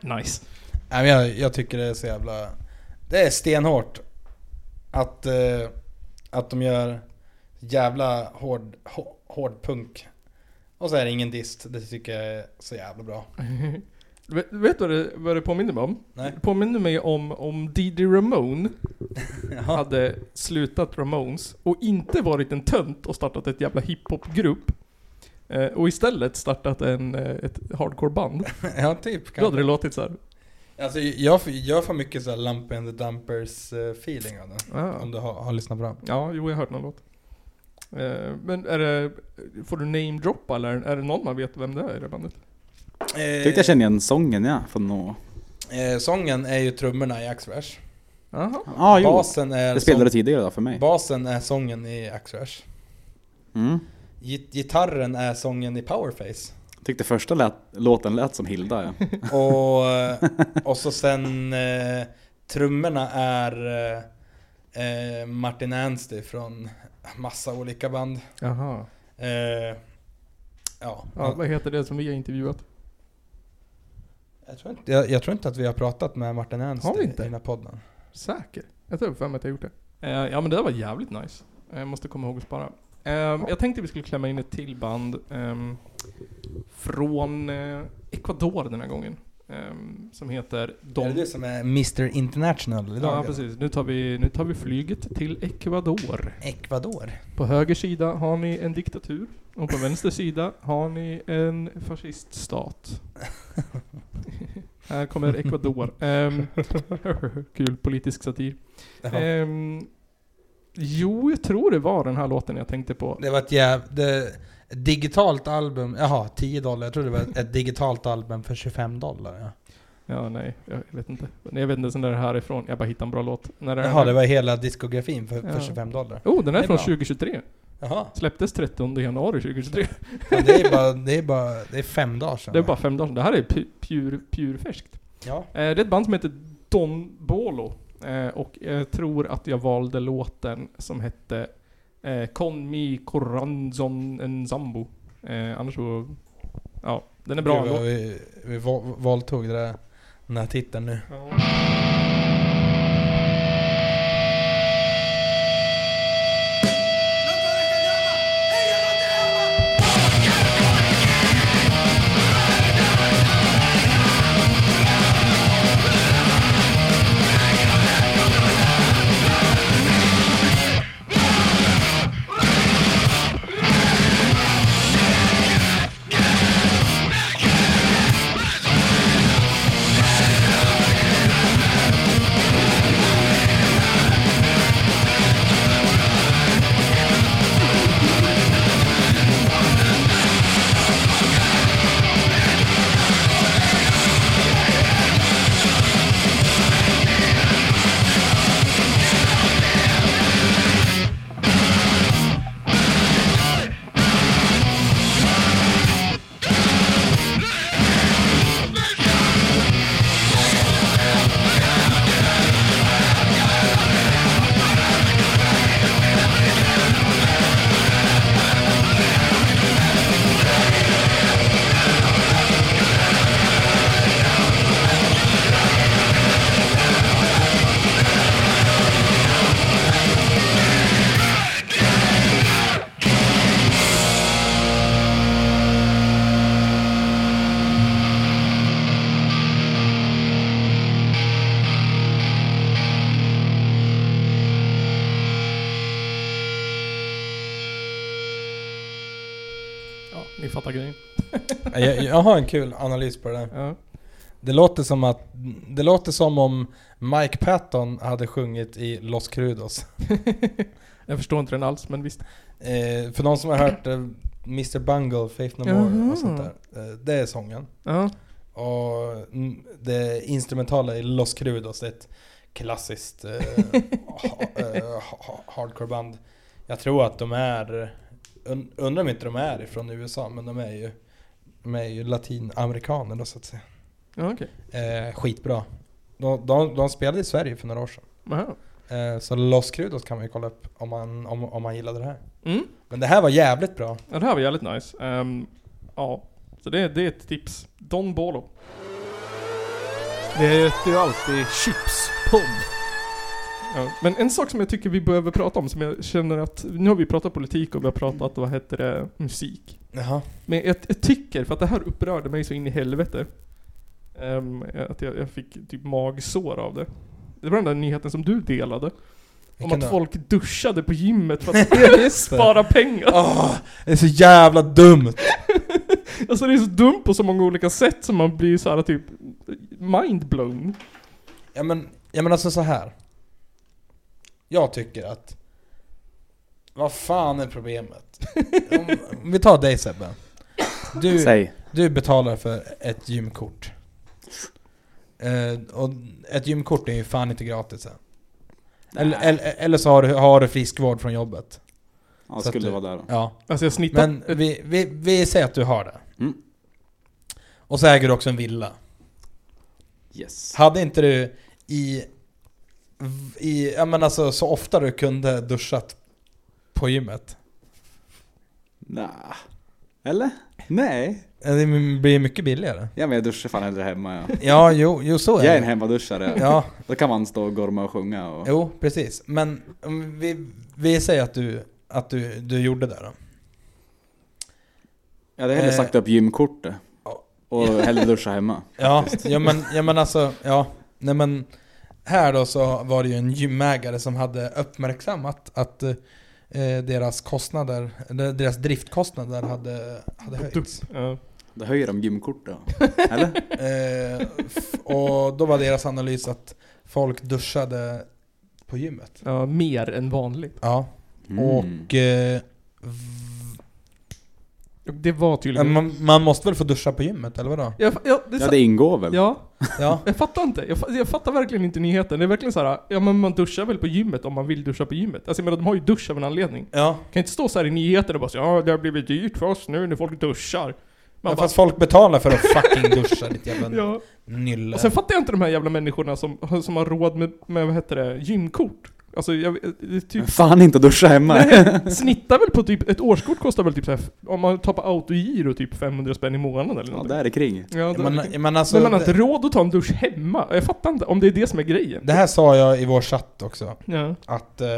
Speaker 2: Nice.
Speaker 1: Nej, men jag, jag tycker det är så jävla... Det är stenhårt. Att, eh, att de gör jävla hård, hå- hård punk. Och så är det ingen dist. Det tycker jag är så jävla bra.
Speaker 2: Vet, vet du vad det, vad det påminner mig om?
Speaker 1: Nej.
Speaker 2: Det påminner mig om om Didi Ramone
Speaker 1: Jaha.
Speaker 2: hade slutat Ramones och inte varit en tönt och startat ett jävla hiphopgrupp. eh, Och istället startat en, eh, ett hardcoreband.
Speaker 1: Ja, typ.
Speaker 2: Då hade
Speaker 1: Kanske.
Speaker 2: det låtit såhär.
Speaker 1: Alltså, jag, får- jag får mycket så här Lump and the Dumpers eh, feeling av den.
Speaker 2: Ah.
Speaker 1: Om du har, har lyssnat på den.
Speaker 2: Ja, jo jag har hört någon låt. Eh, Men är det, får du namedroppa eller är det någon man vet vem det är i det bandet?
Speaker 1: Eh,
Speaker 5: Tyckte jag kände igen sången ja, från nå...
Speaker 1: eh, sången är ju trummorna i Axrash.
Speaker 2: Jaha.
Speaker 5: Ah, jo.
Speaker 1: basen, är
Speaker 5: Det spelade du
Speaker 1: sång,
Speaker 5: tidigare då för mig.
Speaker 1: basen är sången i Axrash.
Speaker 5: Mm.
Speaker 1: Git- gitarren är sången i Powerface.
Speaker 5: Tyckte första lät, låten lät som Hilda ja.
Speaker 1: Och, eh, och så sen eh, trummorna är eh, eh, Martin Anstey från massa olika band.
Speaker 2: Jaha.
Speaker 1: Eh, ja,
Speaker 2: Ja, vad heter det som vi har intervjuat?
Speaker 1: jag, tror inte, jag, jag tror inte att vi har pratat med Martin Anstey
Speaker 2: Har vi inte?
Speaker 1: i den här podden.
Speaker 2: Säker? Jag tror för mig att jag gjort det. Eh, Ja men det där var jävligt nice. Eh, Jag måste komma ihåg att spara. Eh, Jag tänkte vi skulle klämma in ett till band ehm, från eh, Ecuador den här gången. ehm, Som heter
Speaker 1: Är det
Speaker 2: Dom...
Speaker 1: du som är Mr International idag?
Speaker 2: Ja precis, nu tar, vi, nu tar vi flyget till Ecuador.
Speaker 1: Ecuador.
Speaker 2: På höger sida har ni en diktatur och på vänster sida har ni en fasciststat. Här kommer Ecuador. Ehm, kul politisk satir.
Speaker 1: Ja.
Speaker 2: Ehm, Jo, jag tror det var den här låten jag tänkte på.
Speaker 1: Det var ett jäv... Det, ett digitalt album, jaha 10 dollar, jag trodde det var ett digitalt album för 25 dollar. Ja.
Speaker 2: Ja, nej, jag vet inte. Nej, Jag vet inte ens när det här är ifrån. Jag bara hittade en bra låt. När det
Speaker 1: Jaha,
Speaker 2: här...
Speaker 1: det var hela diskografin för,
Speaker 2: Ja.
Speaker 1: för 25 dollar.
Speaker 2: Oh, den är
Speaker 1: Det är
Speaker 2: från
Speaker 1: bra.
Speaker 2: 2023.
Speaker 1: Jaha,
Speaker 2: Släpptes 30 januari 2023.
Speaker 1: ja, det är bara, det är bara, det är fem dagar sedan.
Speaker 2: Det är bara fem dagar sedan. Det här är pu- pur, pur färskt.
Speaker 1: Ja.
Speaker 2: Eh, Det är ett band som heter Don Bolo. Eh, Och jag tror att jag valde låten som hette eh, Con Mi Coranzon Ensambo. Eh, Annars så... Ja, den är bra.
Speaker 1: Gud, vad
Speaker 2: ändå.
Speaker 1: vi, vi val- valtog det där, den här titeln nu.
Speaker 2: Ja, ni fattar grejen.
Speaker 1: Jag, jag har en kul analys på det där.
Speaker 2: Ja.
Speaker 1: Det låter som att... Det låter som om Mike Patton hade sjungit i Los Crudos.
Speaker 2: Jag förstår inte den alls, men visst.
Speaker 1: Eh, för någon som har hört eh, Mr Bungle, Faith No More och sånt där. Eh, det är sången.
Speaker 2: Ja.
Speaker 1: Och mm, det instrumentala i Los Crudos, det är ett klassiskt eh, ha, eh, ha- ha, hardcoreband. Jag tror att de är... und- Undrar om inte de är ifrån USA, men de är ju... De är ju latinamerikaner då så att säga.
Speaker 2: Ja, okej.
Speaker 1: Eh, skitbra. De, de, de spelade i Sverige för några år sedan.
Speaker 2: Aha.
Speaker 1: Eh, så Los Crudos kan man ju kolla upp om man, om, om man gillade det här.
Speaker 2: Mm.
Speaker 1: Men det här var jävligt bra.
Speaker 2: Ja, det här var jävligt nice. Ehm, ja, så det, det är ett tips. Don Bolo.
Speaker 9: Det heter ju alltid chipspodd.
Speaker 2: Ja. Men en sak som jag tycker vi behöver prata om, som jag känner att... Nu har vi pratat politik och vi har pratat, vad heter det, musik.
Speaker 1: Jaha.
Speaker 2: Men jag, jag tycker, för att det här upprörde mig så in i helvete. ehm, att jag, jag fick typ magsår av det. Det var den där nyheten som du delade. Om
Speaker 1: Vilken
Speaker 2: att
Speaker 1: då?
Speaker 2: folk duschade på gymmet för att spara pengar.
Speaker 1: Åh, det är så jävla dumt!
Speaker 2: Alltså det är så dumt på så många olika sätt som man blir så här typ mindblown.
Speaker 1: Ja men, ja, men alltså så här. Jag tycker att... Vad fan är problemet? om, om vi tar dig Sebbe. Du,
Speaker 5: Säg.
Speaker 1: du betalar för ett gymkort. Eh, och ett gymkort är ju fan inte gratis än. Eller, eller, eller så har du, har du friskvård från jobbet.
Speaker 5: Ja,
Speaker 1: så att
Speaker 5: skulle
Speaker 1: du-
Speaker 5: vara där då.
Speaker 1: Ja.
Speaker 2: Alltså jag snittar...
Speaker 1: Men vi, vi, vi säger att du har det.
Speaker 5: Mm.
Speaker 1: Och så äger du också en villa.
Speaker 5: Yes.
Speaker 1: Hade inte du i, i ja men alltså så ofta du kunde duschat på gymmet?
Speaker 5: Nä. Eller? Nej.
Speaker 1: Det blir mycket billigare.
Speaker 5: Ja men jag duschar fan hellre hemma ja.
Speaker 1: Ja, jo, jo så
Speaker 5: Jag är
Speaker 1: är
Speaker 5: en
Speaker 1: det.
Speaker 5: hemmaduschare.
Speaker 1: Ja,
Speaker 5: Då kan man stå och gorma och sjunga och...
Speaker 1: jo precis. Men om vi, vi säger att du, att du, du gjorde det då.
Speaker 5: Jag hade hellre
Speaker 1: Eh.
Speaker 5: sagt upp gymkortet.
Speaker 1: Ja.
Speaker 5: Och hellre duscha hemma.
Speaker 1: Ja, ja, men, ja men alltså, ja. Nej men här då så var det ju en gymägare som hade uppmärksammat att eh, deras kostnader, eller deras driftkostnader hade, hade höjts.
Speaker 2: Ja.
Speaker 5: Då höjer de gymkortet. Eller?
Speaker 1: Eh, f- och då var deras analys att folk duschade på gymmet.
Speaker 2: Ja, mer än vanligt.
Speaker 1: Ja.
Speaker 5: Mm.
Speaker 1: Och... Eh,
Speaker 2: Och Det var tydligen...
Speaker 1: man, man måste väl få duscha på gymmet, eller vadå?
Speaker 2: jag, ja, det,
Speaker 5: Ja, det ingår väl?
Speaker 2: ja,
Speaker 1: Ja.
Speaker 2: jag fattar inte. Jag, fa- jag fattar verkligen inte nyheten. Det är verkligen så här, ja men man duschar väl på gymmet om man vill duscha på gymmet? Alltså jag menar, de har ju dusch av en anledning.
Speaker 1: Ja.
Speaker 2: Kan inte stå så här i nyheterna och bara säga ja det har blivit dyrt för oss nu när folk duschar. Man
Speaker 1: ja
Speaker 2: bara,
Speaker 1: fast folk betalar för att fucking duscha, ditt jävla
Speaker 2: ja.
Speaker 1: nylle.
Speaker 2: Och sen fattar jag inte de här jävla människorna som, som har råd med, med, vad heter det, gymkort. Alltså jag, det är typ,
Speaker 5: Fan inte att duscha hemma.
Speaker 2: snittar väl på typ, ett årskort kostar väl typ så här, om man tar på autogiro typ 500 spänn i månaden eller
Speaker 5: Ja,
Speaker 2: någonting.
Speaker 5: där är kring.
Speaker 2: Ja, det,
Speaker 1: men, men alltså,
Speaker 2: men man har inte
Speaker 1: det,
Speaker 2: råd att ta en dusch hemma. Jag fattar inte om det är det som är grejen.
Speaker 1: det här sa jag i vår chatt också,
Speaker 2: Ja.
Speaker 1: att eh,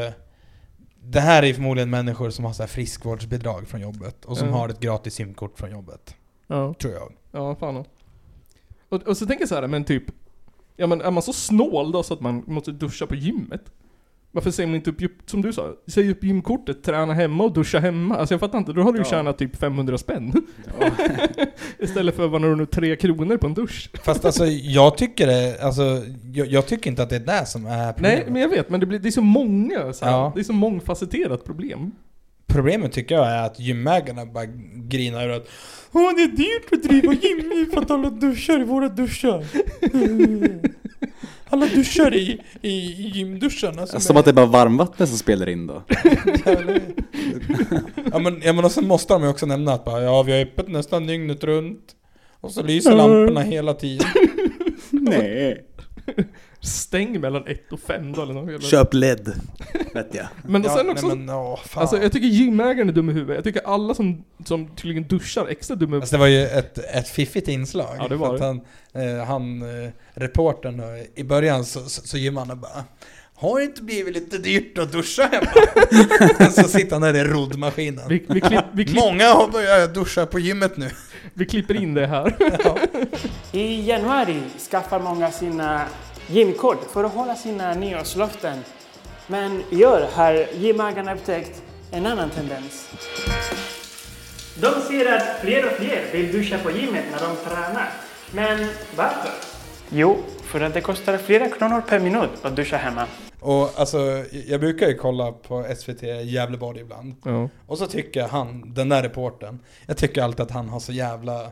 Speaker 1: det här är förmodligen människor som har så här friskvårdsbidrag från jobbet och som
Speaker 2: Mm.
Speaker 1: har ett gratis simkort från jobbet,
Speaker 2: Ja.
Speaker 1: tror jag.
Speaker 2: Ja, fan. Och, och så tänker jag så här, men typ... Ja men är man så snål då så att man måste duscha på gymmet? Varför säger man inte upp, som du sa, säg upp gymkortet, träna hemma och duscha hemma? Alltså jag fattar inte, då har du ju
Speaker 5: Ja.
Speaker 2: tjänat typ 500 spänn. Istället för vad har du nu, 3 kronor på en dusch?
Speaker 1: Fast alltså jag tycker det, alltså, jag, jag tycker inte att det är det som är problemet.
Speaker 2: Nej, men jag vet, men det, blir, det är så många, så här,
Speaker 1: Ja.
Speaker 2: det är så mångfacetterat problem.
Speaker 1: Problemet tycker jag är att gymägarna bara grinar över att Åh det är dyrt att driva gym för att alla duschar i våra duschar. Mm. Alla duschar i, i gymduscharna som
Speaker 5: Som
Speaker 1: är-
Speaker 5: att det är bara varmvattnet som spelar in då.
Speaker 1: ja, men, ja men och sen måste de ju också nämna att bara, ja vi har öppet nästan dygnet runt. Och så lyser lamporna hela tiden.
Speaker 5: Nej.
Speaker 2: Stäng mellan 1 och 5 då eller något. eller-
Speaker 5: Köp LED. Vet jag.
Speaker 2: Men och
Speaker 1: Ja,
Speaker 2: sen också...
Speaker 1: nej, men, åh, fan.
Speaker 2: Alltså jag tycker gymägaren är dum i huvudet. Jag tycker alla som, som tydligen duschar är extra dumma i huvudet.
Speaker 1: Alltså det var ju ett, ett fiffigt inslag.
Speaker 2: Ja, det var
Speaker 1: För att
Speaker 2: det.
Speaker 1: Han, eh, han eh, reportern då, i början så, så, så gymmar han och bara Har det inte blivit lite dyrt att duscha hemma? så sitter han där i roddmaskinen.
Speaker 2: Vi, vi, klipp, vi, klipp,
Speaker 1: Många har börjat duscha på gymmet nu.
Speaker 2: vi klipper in det här.
Speaker 10: I januari skaffar många sina gymkort för att hålla sina nyårslöften. Men i år har gymägarna upptäckt en annan tendens. De ser att fler och fler vill duscha på gymmet när de tränar. Men varför? Jo, för att det kostar flera kronor per minut att duscha hemma.
Speaker 1: Och alltså, jag brukar ju kolla på SVT Gävleborg ibland.
Speaker 2: Ja.
Speaker 1: Och så tycker jag han, den där reporten jag tycker alltid att han har så jävla...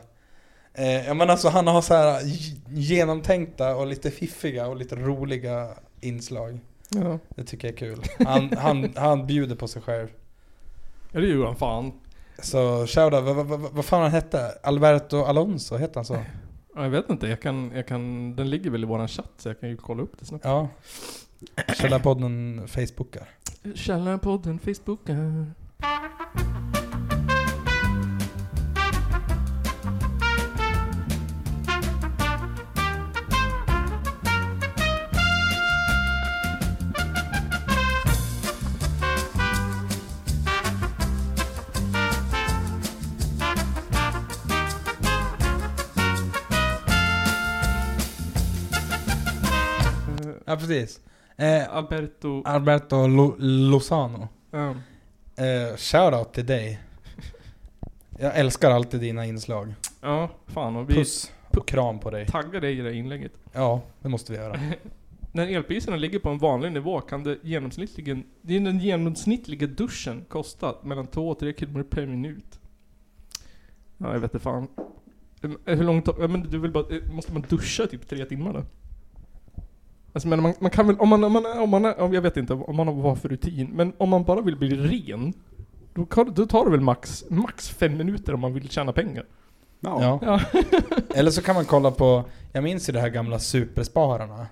Speaker 1: Eh, jag menar alltså han har så här g- genomtänkta och lite fiffiga och lite roliga inslag.
Speaker 2: Ja.
Speaker 1: Det tycker jag är kul. Han, han, han bjuder på sig själv.
Speaker 2: ja, det gjorde han fan.
Speaker 1: Så shoutout, vad, vad, vad, vad fan han hette? Alberto Alonso, hette han så?
Speaker 2: Ja, Jag vet inte, jag kan, jag kan, den ligger väl i våran chatt så jag kan ju kolla upp det snabbt.
Speaker 1: Ja. Källarpodden Facebookar.
Speaker 2: Källarpodden Facebookar.
Speaker 1: Ja precis. Eh,
Speaker 2: Alberto...
Speaker 1: Alberto Lo- Lozano.
Speaker 2: Ja.
Speaker 1: Eh, shoutout till dig. Jag älskar alltid dina inslag.
Speaker 2: ja, fan och vi
Speaker 1: Puss och kram på dig.
Speaker 2: taggar dig i det här inlägget.
Speaker 1: Ja, det måste vi göra.
Speaker 2: När elpriserna ligger på en vanlig nivå kan det genomsnittligen, det är den genomsnittliga duschen kosta mellan 2 och 3 kronor per minut. Ja, jag vet inte fan. Ehm, Hur långt, ja, men du vill bara, eh, måste man duscha typ tre timmar då? Alltså men man, man kan väl, om man, om man, om man, om jag vet inte om man har vad för rutin, men om man bara vill bli ren, då, kan, då tar det väl max, max fem minuter om man vill tjäna pengar.
Speaker 5: Ja.
Speaker 1: Ja. Eller så kan man kolla på, jag minns ju det här gamla Superspararna.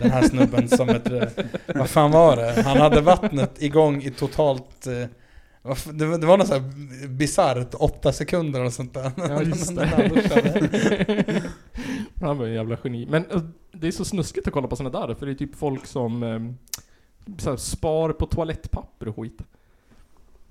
Speaker 1: Den här snubben som ett, eh, vad fan var det? Han hade vattnet igång i totalt, eh, vad f- det var, det var något såhär bisarrt, åtta sekunder och sånt där.
Speaker 2: Ja, just
Speaker 1: Den där duschen.
Speaker 2: det. Han var en jävla geni. Men eh, det är så snuskigt att kolla på såna där, för det är typ folk som eh, så här, spar på toalettpapper och skit.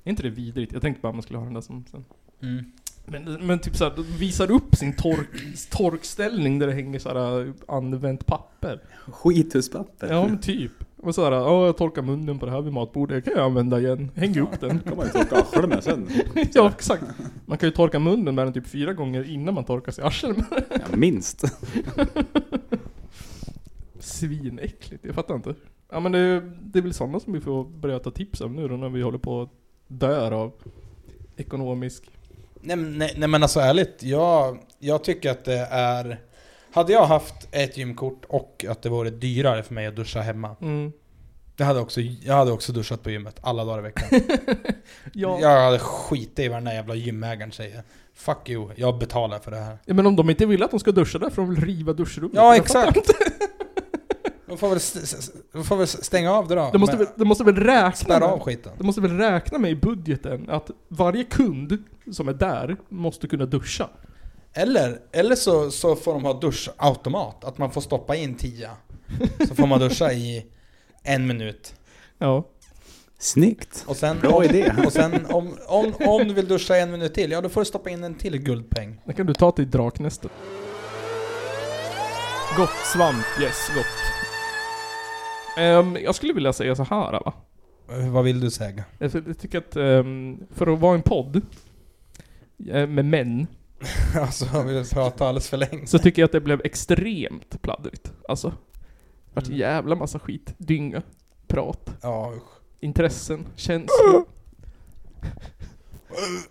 Speaker 2: Är inte det vidrigt? Jag tänkte bara man skulle ha den där som sen.
Speaker 1: Mm.
Speaker 2: Men, men typ såhär, de visar upp sin tork, torkställning där det hänger såhär använt papper.
Speaker 5: Skithuspapper.
Speaker 2: Ja men typ. Och såhär, ja jag torkar munnen på det här vid matbordet, det kan jag använda igen. Häng upp den.
Speaker 5: kommer ju torka arslet med sen.
Speaker 2: ja exakt. Man kan ju torka munnen med den typ fyra gånger innan man torkar sig i arslet med den.
Speaker 5: Ja, minst.
Speaker 2: Svinäckligt, jag fattar inte. Ja men det, det är väl sådana som vi får börja ta tips av nu då när vi håller på att dö av ekonomisk...
Speaker 1: Nej, men- nej, nej men alltså ärligt, jag, jag tycker att det är... Hade jag haft ett gymkort och att det vore dyrare för mig att duscha hemma.
Speaker 2: Mm.
Speaker 1: Jag, hade också, jag hade också duschat på gymmet alla dagar i veckan.
Speaker 2: Ja.
Speaker 1: Jag hade skitit i vad den där jävla gymägaren säger. Fuck you, jag betalar för det här.
Speaker 2: Ja men om de inte vill att de ska duscha där får de väl riva duschrummet.
Speaker 1: Ja,
Speaker 2: Jag fattar
Speaker 1: exakt.
Speaker 2: inte.
Speaker 1: De får väl, st- s- de får väl stänga av det då.
Speaker 2: De måste,
Speaker 1: Men-
Speaker 2: väl, de måste väl räkna
Speaker 1: Spärra av
Speaker 2: med,
Speaker 1: skiten.
Speaker 2: de måste väl räkna med i budgeten att varje kund som är där måste kunna duscha.
Speaker 1: Eller, eller så, så får de ha duschautomat, att man får stoppa in tia. Så får man duscha i en minut.
Speaker 2: Ja.
Speaker 5: Snyggt!
Speaker 1: Och sen,
Speaker 5: Bra idé.
Speaker 1: Och sen om, om, om du vill duscha i en minut till, ja då får du stoppa in en till guldpeng.
Speaker 2: Det kan du ta till draknästet. Gott svamp, yes, gott. Ehm, jag skulle vilja säga så här va.
Speaker 1: Eh, Vad vill du säga?
Speaker 2: Jag ty- jag tycker att ehm, för att vara en podd eh, med män
Speaker 1: Alltså, har vi pratat alldeles för länge.
Speaker 2: så tycker jag att det blev extremt pladdrigt. Alltså, det vart en jävla massa skit. Dynga, prat,
Speaker 1: Ja, usch.
Speaker 2: intressen, känslor.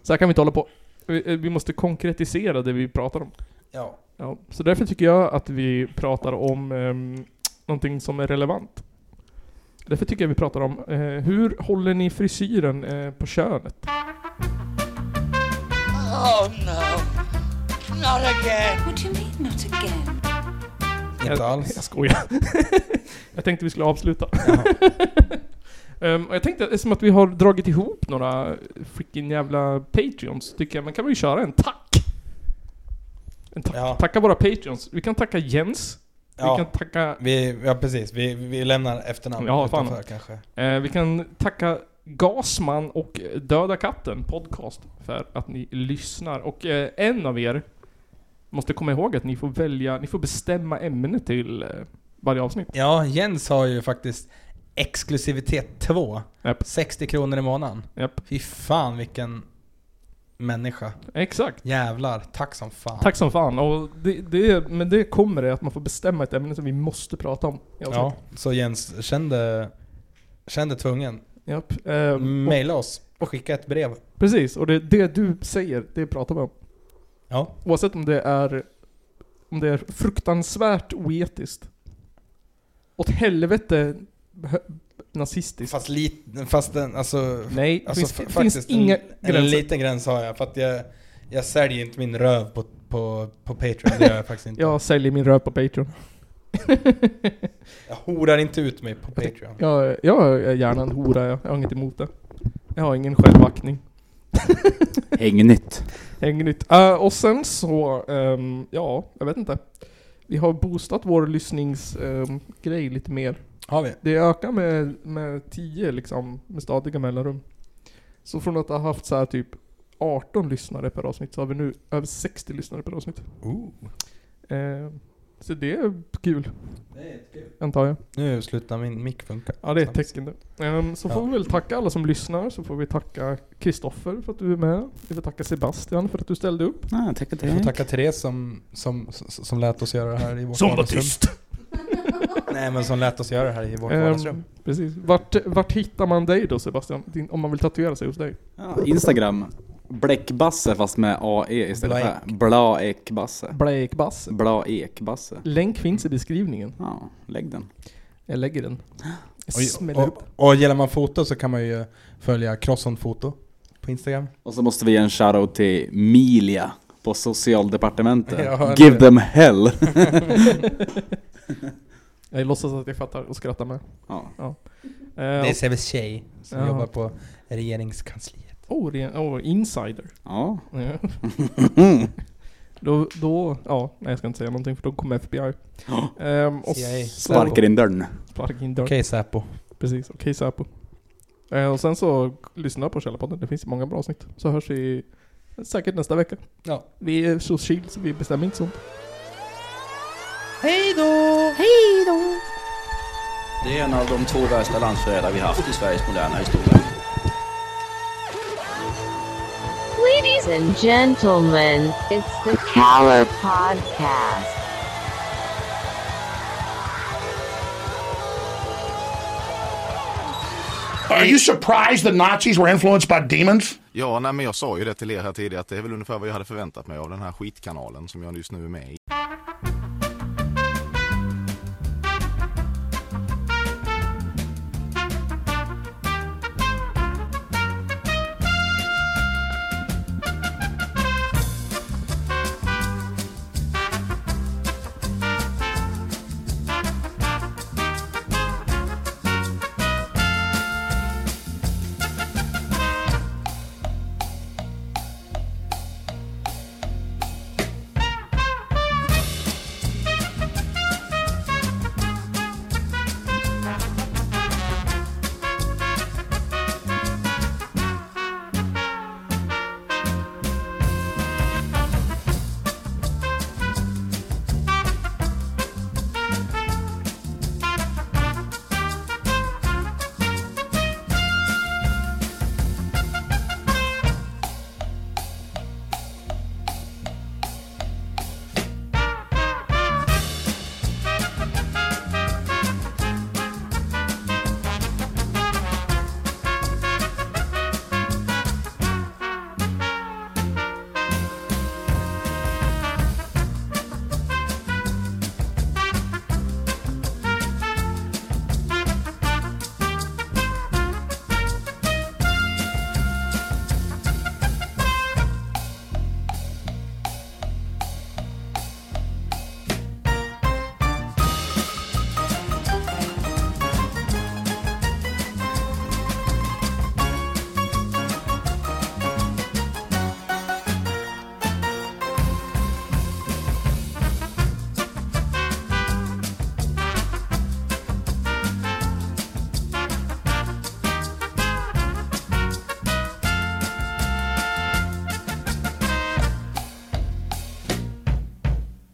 Speaker 2: Så här kan vi inte hålla på. Vi, eh, vi måste konkretisera det vi pratar om.
Speaker 1: ja.
Speaker 2: Ja, så därför tycker jag att vi pratar om um, någonting som är relevant. Därför tycker jag vi pratar om eh, hur håller ni frisyren eh, på könet?
Speaker 7: What do you mean, not again?
Speaker 1: Inte
Speaker 2: Jag
Speaker 1: alls.
Speaker 2: skojar. jag tänkte vi skulle avsluta. Ehm, och jag tänkte, eftersom att vi har dragit ihop några freaking jävla Patreons, så tycker jag man kan väl köra en tack? En tack.
Speaker 1: Ja.
Speaker 2: Tacka våra Patreons. Vi kan tacka Jens.
Speaker 1: Ja.
Speaker 2: Vi kan tacka
Speaker 1: Vi, ja precis, vi, vi lämnar efternamn
Speaker 2: Ja, fan.
Speaker 1: utanför kanske.
Speaker 2: Eh, vi kan tacka Gasman och Döda katten podcast för att ni lyssnar. Och eh, en av er måste komma ihåg att ni får välja, ni får bestämma ämne till eh, varje avsnitt.
Speaker 1: Ja, Jens har ju faktiskt exklusivitet 2.
Speaker 2: Japp.
Speaker 1: 60 kronor i månaden.
Speaker 2: Japp.
Speaker 1: Fy fan vilken människa.
Speaker 2: Exakt.
Speaker 1: Jävlar, tack som fan.
Speaker 2: Tack som fan. Och det, det, men det kommer det att man får bestämma ett ämne som vi måste prata om. i
Speaker 1: Ja,
Speaker 2: avsnitt.
Speaker 1: så Jens kände, kände tvungen.
Speaker 2: Japp. Eh, och,
Speaker 1: Maila oss och skicka ett brev.
Speaker 2: precis, och det, det du säger, det pratar vi om.
Speaker 1: Ja.
Speaker 2: Oavsett om det är Om det är fruktansvärt oetiskt Åt helvete hö- Nazistiskt
Speaker 1: Fast, li, fast den, alltså...
Speaker 2: Nej,
Speaker 1: alltså
Speaker 2: finns,
Speaker 1: fa-
Speaker 2: det finns inga
Speaker 1: en, en
Speaker 2: gränser
Speaker 1: liten gräns har jag, för att jag, jag säljer inte min röv på, på, på Patreon. Det gör jag faktiskt inte.
Speaker 2: Jag säljer min röv på Patreon
Speaker 1: Jag horar inte ut mig på Patreon.
Speaker 2: jag, jag är gärna en hora, jag, jag har inget emot det Jag har ingen självaktning
Speaker 5: Häng nytt.
Speaker 2: Hängigt. Uh, och sen så, ehm, ja, jag vet inte Vi har boostat vår lyssningsgrej lite mer
Speaker 1: Har vi?
Speaker 2: Det ökar med, med 10 liksom, med stadiga mellanrum. Så från att ha haft så här typ 18 lyssnare per avsnitt så har vi nu över 60 lyssnare per avsnitt. Eh, så det är kul, antar jag.
Speaker 1: Nu slutar min mick funka.
Speaker 2: Ja, det är ett tecken det. Ehm, så
Speaker 1: Ja.
Speaker 2: får vi väl tacka alla som lyssnar, så får vi tacka Kristoffer för att du är med. Vi får tacka Sebastian för att du ställde upp.
Speaker 5: Ah, tack och
Speaker 1: Jag får
Speaker 2: Mm.
Speaker 5: tack.
Speaker 1: tacka Therese som, som, som, som lät oss göra det här i vårt vardagsrum. Nej men som lät oss göra det här i vårt
Speaker 2: Ehm,
Speaker 1: vardagsrum.
Speaker 2: precis. Vart, vart hittar man dig då Sebastian? Din, om man vill tatuera sig hos dig?
Speaker 5: Ja, Instagram. Bläckbasse fast med AE istället för Blaekbasse.
Speaker 2: Blake
Speaker 5: Blaekbasse.
Speaker 2: Länk finns i beskrivningen.
Speaker 5: Ja, lägg den.
Speaker 2: Jag lägger den. Jag
Speaker 1: Och,
Speaker 2: smäller upp.
Speaker 1: och, och gillar man foto så kan man ju följa Crosson-foto på Instagram.
Speaker 5: Och så måste vi ge en shoutout till Milia på socialdepartementet.
Speaker 1: Ja, eller-
Speaker 5: Give them hell!
Speaker 2: Jag låtsas att jag fattar och skrattar med.
Speaker 5: Ja.
Speaker 1: Det
Speaker 2: Eh,
Speaker 1: är Seves tjej som
Speaker 2: Ja.
Speaker 1: jobbar på regeringskansliet.
Speaker 2: oh, re- oh, insider.
Speaker 5: ja.
Speaker 2: Ja. då, då, ja, nej jag ska inte säga någonting för då kommer FBI. Ehm, och
Speaker 1: CIA.
Speaker 2: sen-
Speaker 5: Sparkar in dörren.
Speaker 2: Spark in dörren.
Speaker 1: Okej Säpo.
Speaker 2: Precis, okej Säpo. Eh, och sen så lyssna på Källarpodden, det finns ju många bra avsnitt. Så hörs vi säkert nästa vecka.
Speaker 1: Ja.
Speaker 2: Vi är så chill så vi bestämmer inte sånt.
Speaker 3: Det är en av de två värsta landsförrädare vi haft i Sveriges moderna historia.
Speaker 4: Ladies and gentlemen, it's the Caller Podcast.
Speaker 11: Are you surprised that Nazis were influenced by demons?
Speaker 12: Ja, nej, men jag sa ju det till er här tidigare att det är väl ungefär vad jag hade förväntat mig av den här skitkanalen som jag just nu är med i.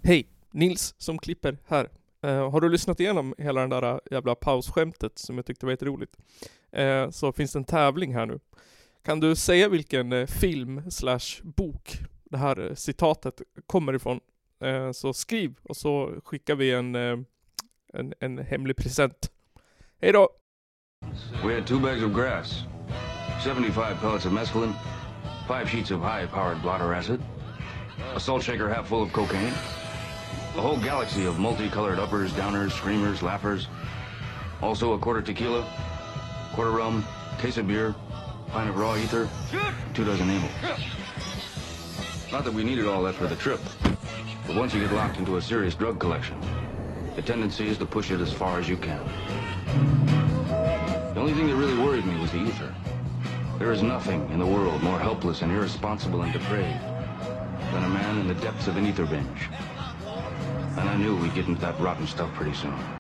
Speaker 2: Hej, Nils som klipper här. Eh, har du lyssnat igenom hela den där eh, jävla pausskämtet som jag tyckte var jätteroligt? Eh, så finns det en tävling här nu. Kan du säga vilken eh, film slash bok det här eh, citatet kommer ifrån? Eh, så skriv och så skickar vi en, eh, en, en hemlig present. Hej då!
Speaker 13: We had two bags of grass, 75 pellets of mescaline, five sheets of high-powered blotter acid, a salt shaker half full of cocaine, a whole galaxy of multicolored uppers, downers, screamers, laughers, also a quarter tequila, quarter rum, case of beer, pint of raw ether, two dozen amyl. Not that we needed all that for the trip, but once you get locked into a serious drug collection, the tendency is to push it as far as you can. The only thing that really worried me was the ether. There is nothing in the world more helpless and irresponsible and depraved than a man in the depths of an ether binge. And I knew we'd get into that rotten stuff pretty soon.